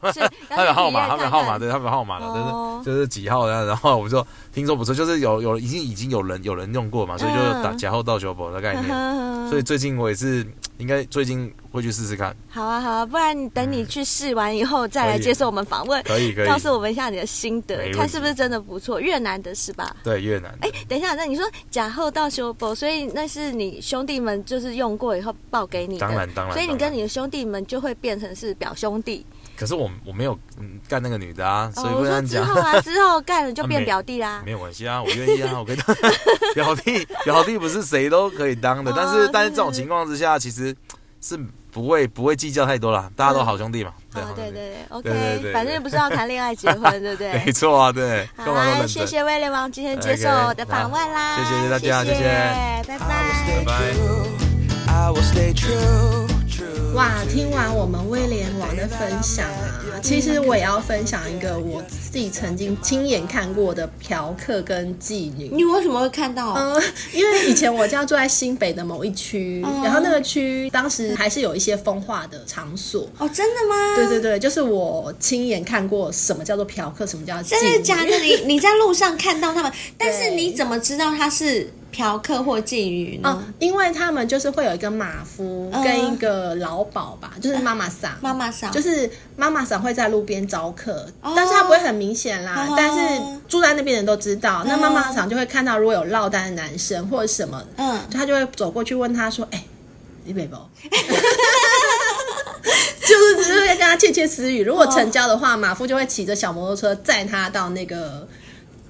E: 他 *laughs*
C: 他
E: 们号码，他们号
C: *laughs*
E: 码，对，他们号码了
C: 哦，
E: 就是就是几号，然后然后我们说听说不错，就是有有已经已经有人有人用过嘛，所以就
C: 嗯
E: 打假后到九博的概念。
C: 念
E: 所以最近我也是应该最近会去试试看，
C: 好啊好啊，不然你等你去试完以后再来
E: 可以
C: 接受我们访问，
E: 可以可以
C: 告。诉我们一下你的心得
E: 没问，题
C: 看是不是真的不错。越南的是吧？
E: 对越南，
C: 哎，等一下，那你说假后到修博，所以那是你兄弟们就是用过以后报给你的，
E: 当然当然
C: 所以你
E: 当然
C: 跟你的兄弟们就会变成是表兄弟。
E: 可是我我没有嗯干那个女的啊，所以
C: 哦，
E: 不
C: 我说
E: 能
C: 之
E: 讲。
C: 后啊，之后干了就
E: *laughs* 啊
C: 变
E: 没
C: 表弟啦。
E: 没有关系啊，我愿意啊，我跟 *laughs* 他表弟表弟不是谁都可以当的，
C: 哦
E: 但是但是
C: 是
E: 这种情况之下，其实是不会不会计较太多啦，大家都
C: 嗯
E: 好兄弟嘛。
C: 哦
E: 好，兄
C: 对
E: 弟
C: 对对
E: 对对
C: ，OK，
E: 对
C: 反正不是要谈恋爱结婚，对不对？
E: *laughs* 没错啊，对，干
C: 好
E: 嘛都
C: 啊，
E: 认
C: 谢
E: 真。
C: 谢威廉王今天接受
E: OK，
C: 我的访问啦，
E: 好谢谢大家
C: 谢
E: 谢谢
C: 拜
A: I will
C: 拜。
E: 拜拜。
A: stay true. I will stay true. True.
B: 哇，
A: to you.
B: 听完我们威廉王的分享啊，其实我也要分享一个我自己曾经亲眼看过的嫖客跟妓女。
F: 你为什么会看到？
B: 嗯，因为以前我家住在新北的某一区，然后那个区当时还是有一些风化的场所。
F: 哦，真的吗？
B: 对对对，就是我亲眼看过什么叫做嫖客，什么叫妓女
F: 真
B: *laughs*
F: 的假的？你你在路上看到他们，但是
B: 对
F: 你怎么知道他是
C: 嫖客或妓女
B: 哦
C: 呢？，
B: 因为他们就是会有一个马夫
C: 嗯
B: 跟一个老鸨吧，就是妈妈桑，
C: *laughs* 妈妈桑
B: 就是妈妈桑会在路边招客，
C: 哦
B: 但是他不会很明显啦，
C: 哦
B: 但是住在那边的人都知道。那
C: 嗯
B: 妈妈桑就会看到如果有落单的男生或者什么，
C: 嗯，
B: 他就会走过去问他说：“哎、你北不？”
C: *laughs*
B: 就是只是会跟他窃窃私语。如果成交的话，
C: 哦
B: 马夫就会骑着小摩托车载他到那个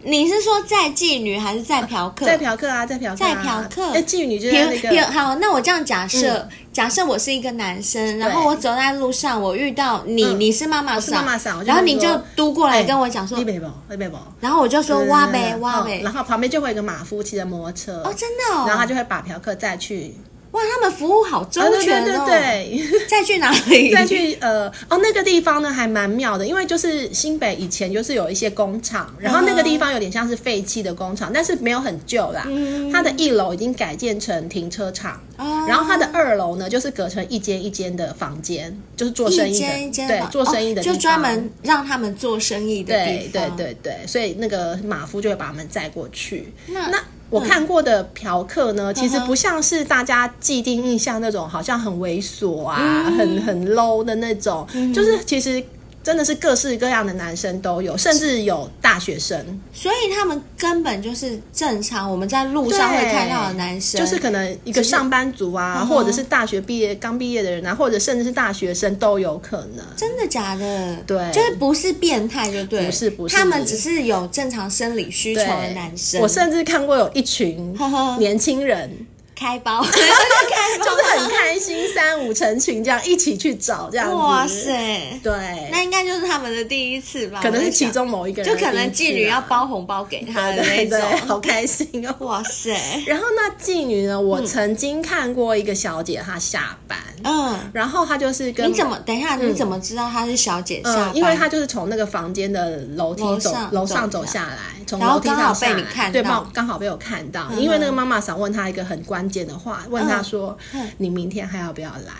C: 你是说在妓女还是在嫖客？
B: 载嫖客啊，载嫖客、啊，
C: 在嫖客
B: 哎、妓女就
C: 比
B: 在
C: 如
B: 那个嗯
C: 比如好，那我这样假设，假设我是一个男生，然后我走在路上，我遇到你，
B: 嗯
C: 你是妈妈
B: 我是妈
C: 桑，
B: 妈桑，我
C: 然后
B: 跟
C: 你就
B: 说
C: 嘟过来
B: 哎
C: 跟我讲说，
B: 你北不，你北不。
C: 然后我就说
B: 嗯
C: 哇呗哇
B: 嗯
C: 呗，
B: 然后旁边就会有一个马夫骑着摩托车，
C: 哦真的哦，
B: 然后他就会把嫖客载去，
C: 哇他们服务好周
B: 啊对
C: 全
B: 对
C: 哦，
B: 对 *laughs* 对，
C: 再去哪里？
B: 再去呃哦那个地方呢还蛮妙的，因为就是新北以前就是有一些工
C: 嗯
B: 厂，然后那个地方有点像是废弃的工厂，但是没有很旧啦，它的一楼已经改建成停车场，
C: 嗯哦，
B: 然后它的二楼呢，就是隔成一间一间的房间，就是做生
C: 一
B: 意
C: 间
B: 的，
C: 一间
B: 对
C: 吧，
B: 做生意的
C: 哦
B: 地方、
C: 就专门让他们做生意的
B: 对
C: 地
B: 对
C: 方，
B: 对对，所以那个马夫就会把他们载过去。
C: 那
B: 我看过的嫖客呢，其实
C: 嗯嗯哼
B: 不像是大家既定印象那种好像很猥琐啊、
C: 嗯
B: 很很 low 的那种，就是其实真的是各式各样的男生都有，甚至有大学生，
C: 所以他们根本就是正常我们在路上会
B: 对
C: 看到的男生，嗯
B: 就是可能一个上班族啊，或者是大学毕业刚毕业的人啊，或者甚至是大学生都有可能。
C: 真的假的？
B: 对
C: 就是不是变态，就对，
B: 不是不是
C: 他们只是有正常生理需求
B: 对
C: 的男生。
B: 我甚至看过有一群年轻人，
C: 开
B: *laughs*
C: 包， *laughs*
B: 就是很开心，三五成群这样一起去找这样子。
C: 哇，塞，
B: 对，
C: 那应该就是他们的第一次吧？
B: 可能
C: 我
B: 是
C: 在想
B: 其，中某一个人
C: 就
B: 的第一次
C: 可
B: 啊，
C: 能妓女要包红包给他的那
B: 对对，好
C: 种。
B: 开心哦。
C: 哇塞，
B: 然后那妓女呢？我曾经看过一个小姐，她下班，
C: 嗯，
B: 然后她就是跟
C: 你怎么？等一下，你怎么知道她是小姐下
B: 嗯，
C: 班？
B: 因为她就是从那个房间的楼梯
C: 楼
B: 走
C: 上
B: 楼上
C: 走
B: 走
C: 下
B: 下来，从
C: 然后
B: 楼梯
C: 刚好
B: 上
C: 被
B: 下
C: 你
B: 来
C: 看
B: 对，
C: 到嗯
B: 刚刚好被我看到，因为那个妈妈想问她一个很关键的话，问她说
C: 嗯：“
B: 你明天还要不要来？”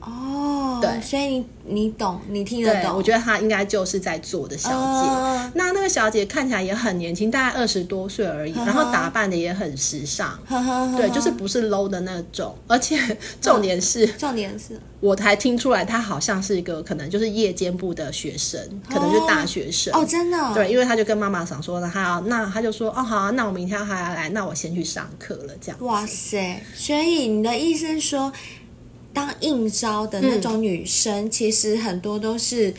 C: 哦，
B: 对
C: 所以你你懂，你听得
B: 对，
C: 懂，
B: 我觉得她应该就是在做的小姐。
C: 嗯
B: 那那个小姐看起来也很年轻，大概二十多岁而已，然后打扮的也很时尚，
C: 呵呵呵
B: 对，就是不是 low 的那种。而且重点是，
C: 重点是，
B: 我才听出来她好像是一个可能就是夜间部的学生，可能就是大学生。
C: 哦，真的哦，
B: 对，因为她就跟妈妈想说，她要那她就说，哦好啊、那我明天还要来，那我先去上课了，这样。
C: 哇塞！所以你的意思是说，当应招的那种女生，
B: 嗯
C: 其实很多都是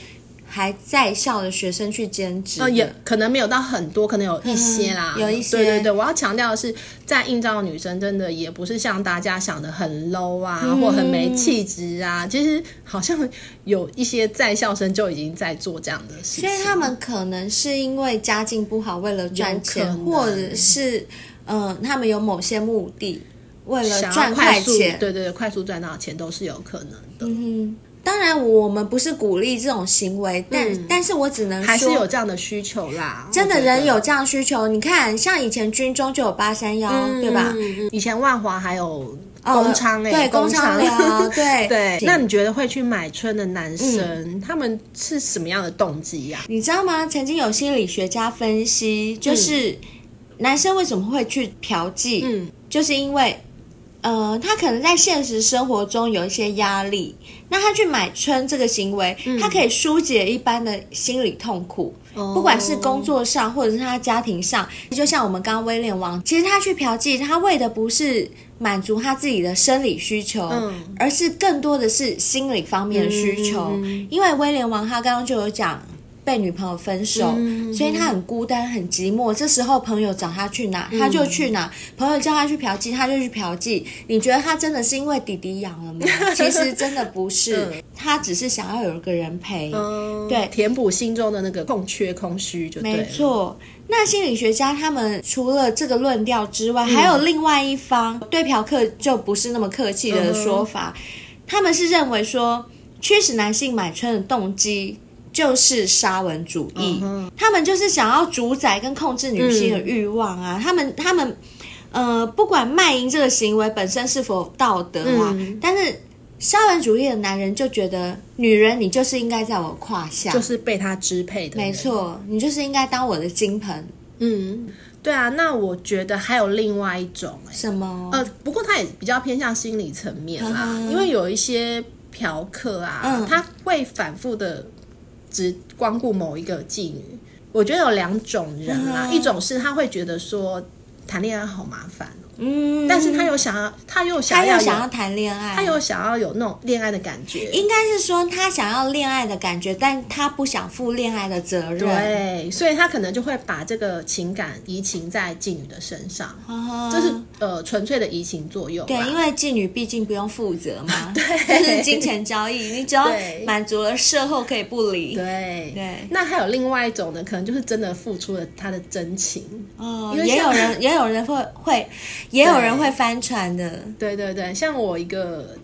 C: 还在校的学生去兼职的、
B: 呃，也可能没有到很多，可能有一些啦，
C: 嗯有一些
B: 对对对，我要强调的是，在应招的女生真的也不是像大家想的很 low 啊，
C: 嗯
B: 或很没气质啊。其实好像有一些在校生就已经在做这样的事情。
C: 所以他们可能是因为家境不好，为了赚
B: 有
C: 钱，
B: 可能
C: 或者是嗯、呃他们有某些目的，为了
B: 想
C: 赚
B: 要快速，
C: 钱。
B: 对对对，快速赚到钱都是有可能的，
C: 嗯当然，我们不是鼓励这种行为，但、但是我只能说，
B: 嗯还是有这样的需求啦。
C: 真的
B: 我觉
C: 人
B: 得
C: 有这样需求。你看，像以前军中就有八三幺，对吧？
B: 以前万华还有
C: 哦
B: 嗯工商哎、
C: 对工商
B: *laughs*
C: 寮对嗯
B: 对。
C: 行
B: 那你觉得会去买春的男生，他们是什么样的动机呀、
C: 你知道吗？曾经有心理学家分析，
B: 嗯
C: 就是男生为什么会去嫖妓，
B: 嗯，
C: 就是因为，呃，他可能在现实生活中有一些压力，那他去买春这个行为，
B: 嗯
C: 他可以疏解一般的心理痛苦，
B: 哦
C: 不管是工作上或者是他家庭上，就像我们刚刚威廉王，其实他去嫖妓，他为的不是。满足他自己的生理需求，
B: 嗯
C: 而是更多的是心理方面的需求。
B: 嗯
C: 因为威廉王他刚刚就有讲被女朋友分
B: 嗯
C: 手，所以他很孤单、很寂寞。这时候朋友找他去哪，
B: 嗯
C: 他就去哪；朋友叫他去嫖妓，他就去嫖妓。你觉得他真的是因为弟弟养
B: *laughs*
C: 了吗？其实真的不是，
B: 嗯
C: 他只是想要有一个人陪。
B: 嗯，
C: 对
B: 填补心中的那个空缺、空虚就对了
C: 哦没，错，那心理学家他们除了这个论调之
B: 嗯
C: 外，还有另外一方对嫖客就不是那么客气的说
B: 嗯
C: 法，他们是认为说，驱使男性买春的动机。就是沙文主义
B: 嗯
C: 他们就是想要主宰跟控制女性的欲望啊！
B: 嗯
C: 他们他们呃，不管卖淫这个行为本身是否道德啊，
B: 嗯
C: 但是沙文主义的男人就觉得，女人你就是应该在我胯下，
B: 就是被他支配的，
C: 没。错，你就是应该当我的金盆。
B: 嗯，对啊，那我觉得还有另外一种、欸，
C: 什么？
B: 呃，不过它也比较偏向心理层面啦，
C: 嗯哼
B: 因为有一些嫖客啊，
C: 嗯
B: 他会反复的只光顾某一个妓女。我觉得有两种人啦，
C: 嗯哼
B: 一种是他会觉得说谈恋爱好麻烦，哦
C: 嗯，
B: 但是他又想要，他又想
C: 他
B: 要
C: 又
B: 有，
C: 想要谈恋爱，
B: 他又想要有那种恋爱的感觉。
C: 应该是说他想要恋爱的感觉，但他不想负恋爱的责任。
B: 对，所以他可能就会把这个情感移情在妓女的身上，
C: 啊，
B: 这是呃纯粹的移情作用啦。
C: 对，因为妓女毕竟不用负责
B: *laughs*
C: 嘛，就是金钱交易，你只要
B: 对
C: 满足了售后可以不理。
B: 对
C: 对
B: 那还有另外一种呢，可能就是真的付出了他的真情。
C: 哦，
B: 因为
C: 也有
B: 像
C: 人，也有人会会，也有人
B: 对
C: 会翻船的。
B: 对对对，像我一个，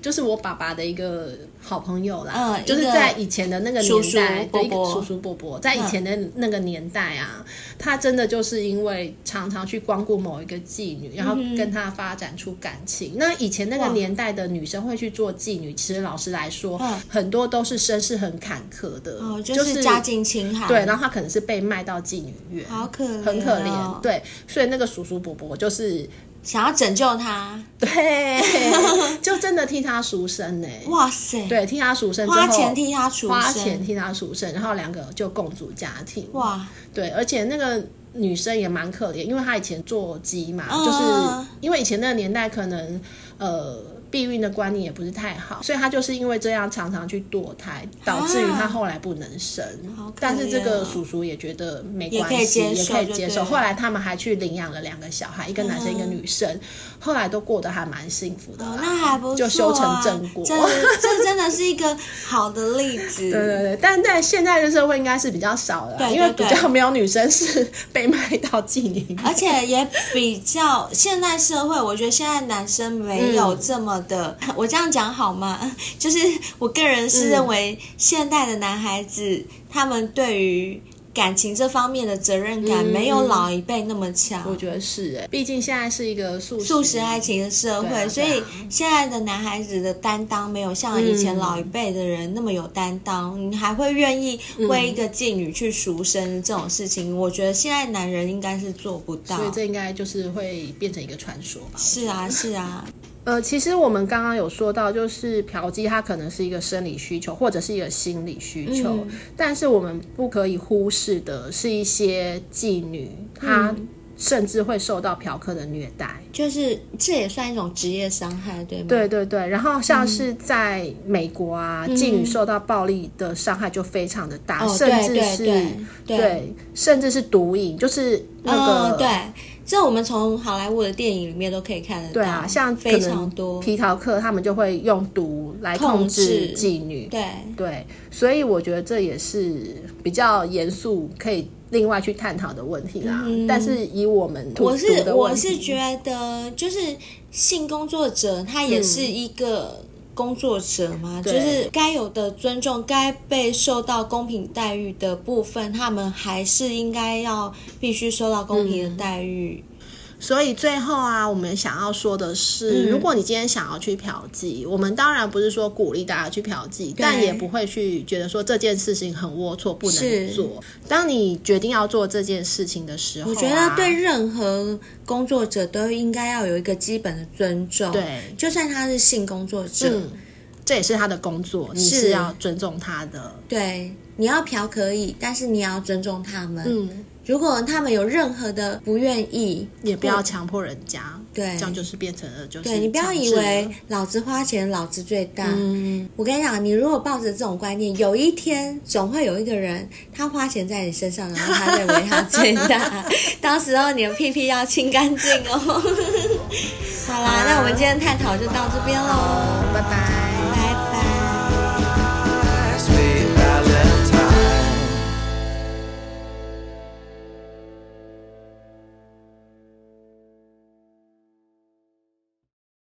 B: 就是我爸爸的一个好朋友啦，
C: 嗯
B: 就是
C: 一个
B: 在以前的那个
C: 叔
B: 年
C: 叔
B: 代，
C: 伯嗯
B: 对一个
C: 伯
B: 叔叔伯伯，在以前的那个年代啊，他真的就是因为常常去光顾某一个妓女，然后跟他发展出感情。那以前那个
C: 嗯哇
B: 年代的女生会去做妓女，其实老实来说，
C: 嗯
B: 很多都是身世很坎坷的，
C: 哦，
B: 就
C: 就是家境清寒。
B: 对，然后他可能是被卖到妓女院，
C: 好可怜、哦
B: 很可怜。，对，所以那个叔叔伯伯就是
C: 想要拯救他， *laughs*
B: 对，就真的替他赎身呢、
C: 哇塞，，
B: 对，替他赎身之后，
C: 花钱替他赎身，
B: 花钱替他赎身，然后两个就共组家庭。，
C: 哇，
B: 对，而且那个。女生也蛮可怜，因为她以前做鸡嘛，
C: 嗯
B: 就是因为以前那个年代可能呃避孕的观念也不是太好，所以她就是因为这样常常去堕胎，导致于
C: 啊
B: 她后来不能生。
C: 好可
B: 但是这
C: 怜
B: 个
C: 哦
B: 叔叔也觉得没
C: 也
B: 关
C: 可以
B: 系，
C: 接
B: 也
C: 受
B: 可以
C: 就
B: 接
C: 对
B: 受。
C: 了
B: 后来他们还去领养了两个小孩，一个男生一个女生，后来都过得还蛮幸福的啦、
C: 哦，那还不错、啊，
B: 就修成正果。
C: 这这真的是一个好的例子。
B: *laughs* 对对对，但在现在的社会应该是比较少了啦，
C: 对
B: 因为
C: 对
B: 比
C: 对
B: 较没有女生是被卖到妓女。
C: 而且也比较现代社会，我觉得现在男生没有这么的， *laughs* 我这样讲好吗？ *laughs* 就是我个人是认为，
B: 嗯
C: 现代的男孩子、他们对于感情这方面的责任感
B: 嗯
C: 没有老一辈那么强。
B: 我觉得是哎、毕竟现在是一个素
C: 素食爱，情的社会，
B: 对啊对啊
C: 所以现在的男孩子的担当没有像以前老一辈的人那么有担当，你还会愿意
B: 嗯
C: 为一个妓女去赎身这种事情，我觉得现在男人应该是做不到
B: 所。以这应该就是会变成一个传说吧。
C: 是啊，是啊，
B: 呃，其实我们刚刚有说到，就是嫖妓它可能是一个生理需求，或者是一个心理需求，
C: 嗯
B: 但是我们不可以忽视的是一些妓女，她
C: 嗯
B: 甚至会受到嫖客的虐待。
C: 就是这也算一种职业伤害，对吗？
B: 对，对对，然后像是
C: 嗯
B: 在美国啊，妓女受到暴力的伤害就非常的大，
C: 哦，
B: 甚
C: 对
B: 至
C: 对
B: 是
C: 对
B: 对甚至是毒瘾，就是那个、
C: 嗯，对，这我们从好莱坞的电影里面都可以看得到，
B: 对啊，像可
C: 非
B: 能
C: 常多，
B: 皮条客他们就会用毒来
C: 控
B: 控制
C: 制
B: 妓女，
C: 对，
B: 对，所以我觉得这也是比较严肃，可以另外去探讨的问题啦。但是以嗯我们图
C: 我
B: 读
C: 是
B: 的
C: 我
B: 问
C: 是
B: 题，
C: 觉得，就是性工作者他也是一个工作者嘛，就
B: 对
C: 是该有的尊重，该被受到公平待遇的部分，他们还是应该要必须受到公平的待遇。
B: 所以最后啊，我们想要说的是，
C: 嗯
B: 如果你今天想要去嫖妓，我们当然不是说鼓励大家去嫖妓，但也不会去觉得说这件事情很龌龊不
C: 是
B: 能做。当你决定要做这件事情的时候啊、
C: 我觉得对任何工作者都应该要有一个基本的尊重，
B: 对
C: 就算他是性工作者，
B: 嗯，这也是他的工作，你
C: 是
B: 是要尊重他的。
C: 对，你要嫖可以，但是你也要尊重他们。
B: 嗯，
C: 如果他们有任何的不愿意，
B: 也不要强迫人家。
C: 对
B: 这样就是变成了就是
C: 对你不要
B: 强
C: 以
B: 制了
C: 为老子花钱，老子最大。
B: 嗯，
C: 我跟你讲，你如果抱着这种观念，有一天总会有一个人他花钱在你身上，然后他认为他最
B: *laughs*
C: 大，到时候你的屁屁要清干净哦。 *laughs*
B: 啊
C: 好啦，那我们今天探讨就到这边喽，
B: 拜拜。
C: 拜拜。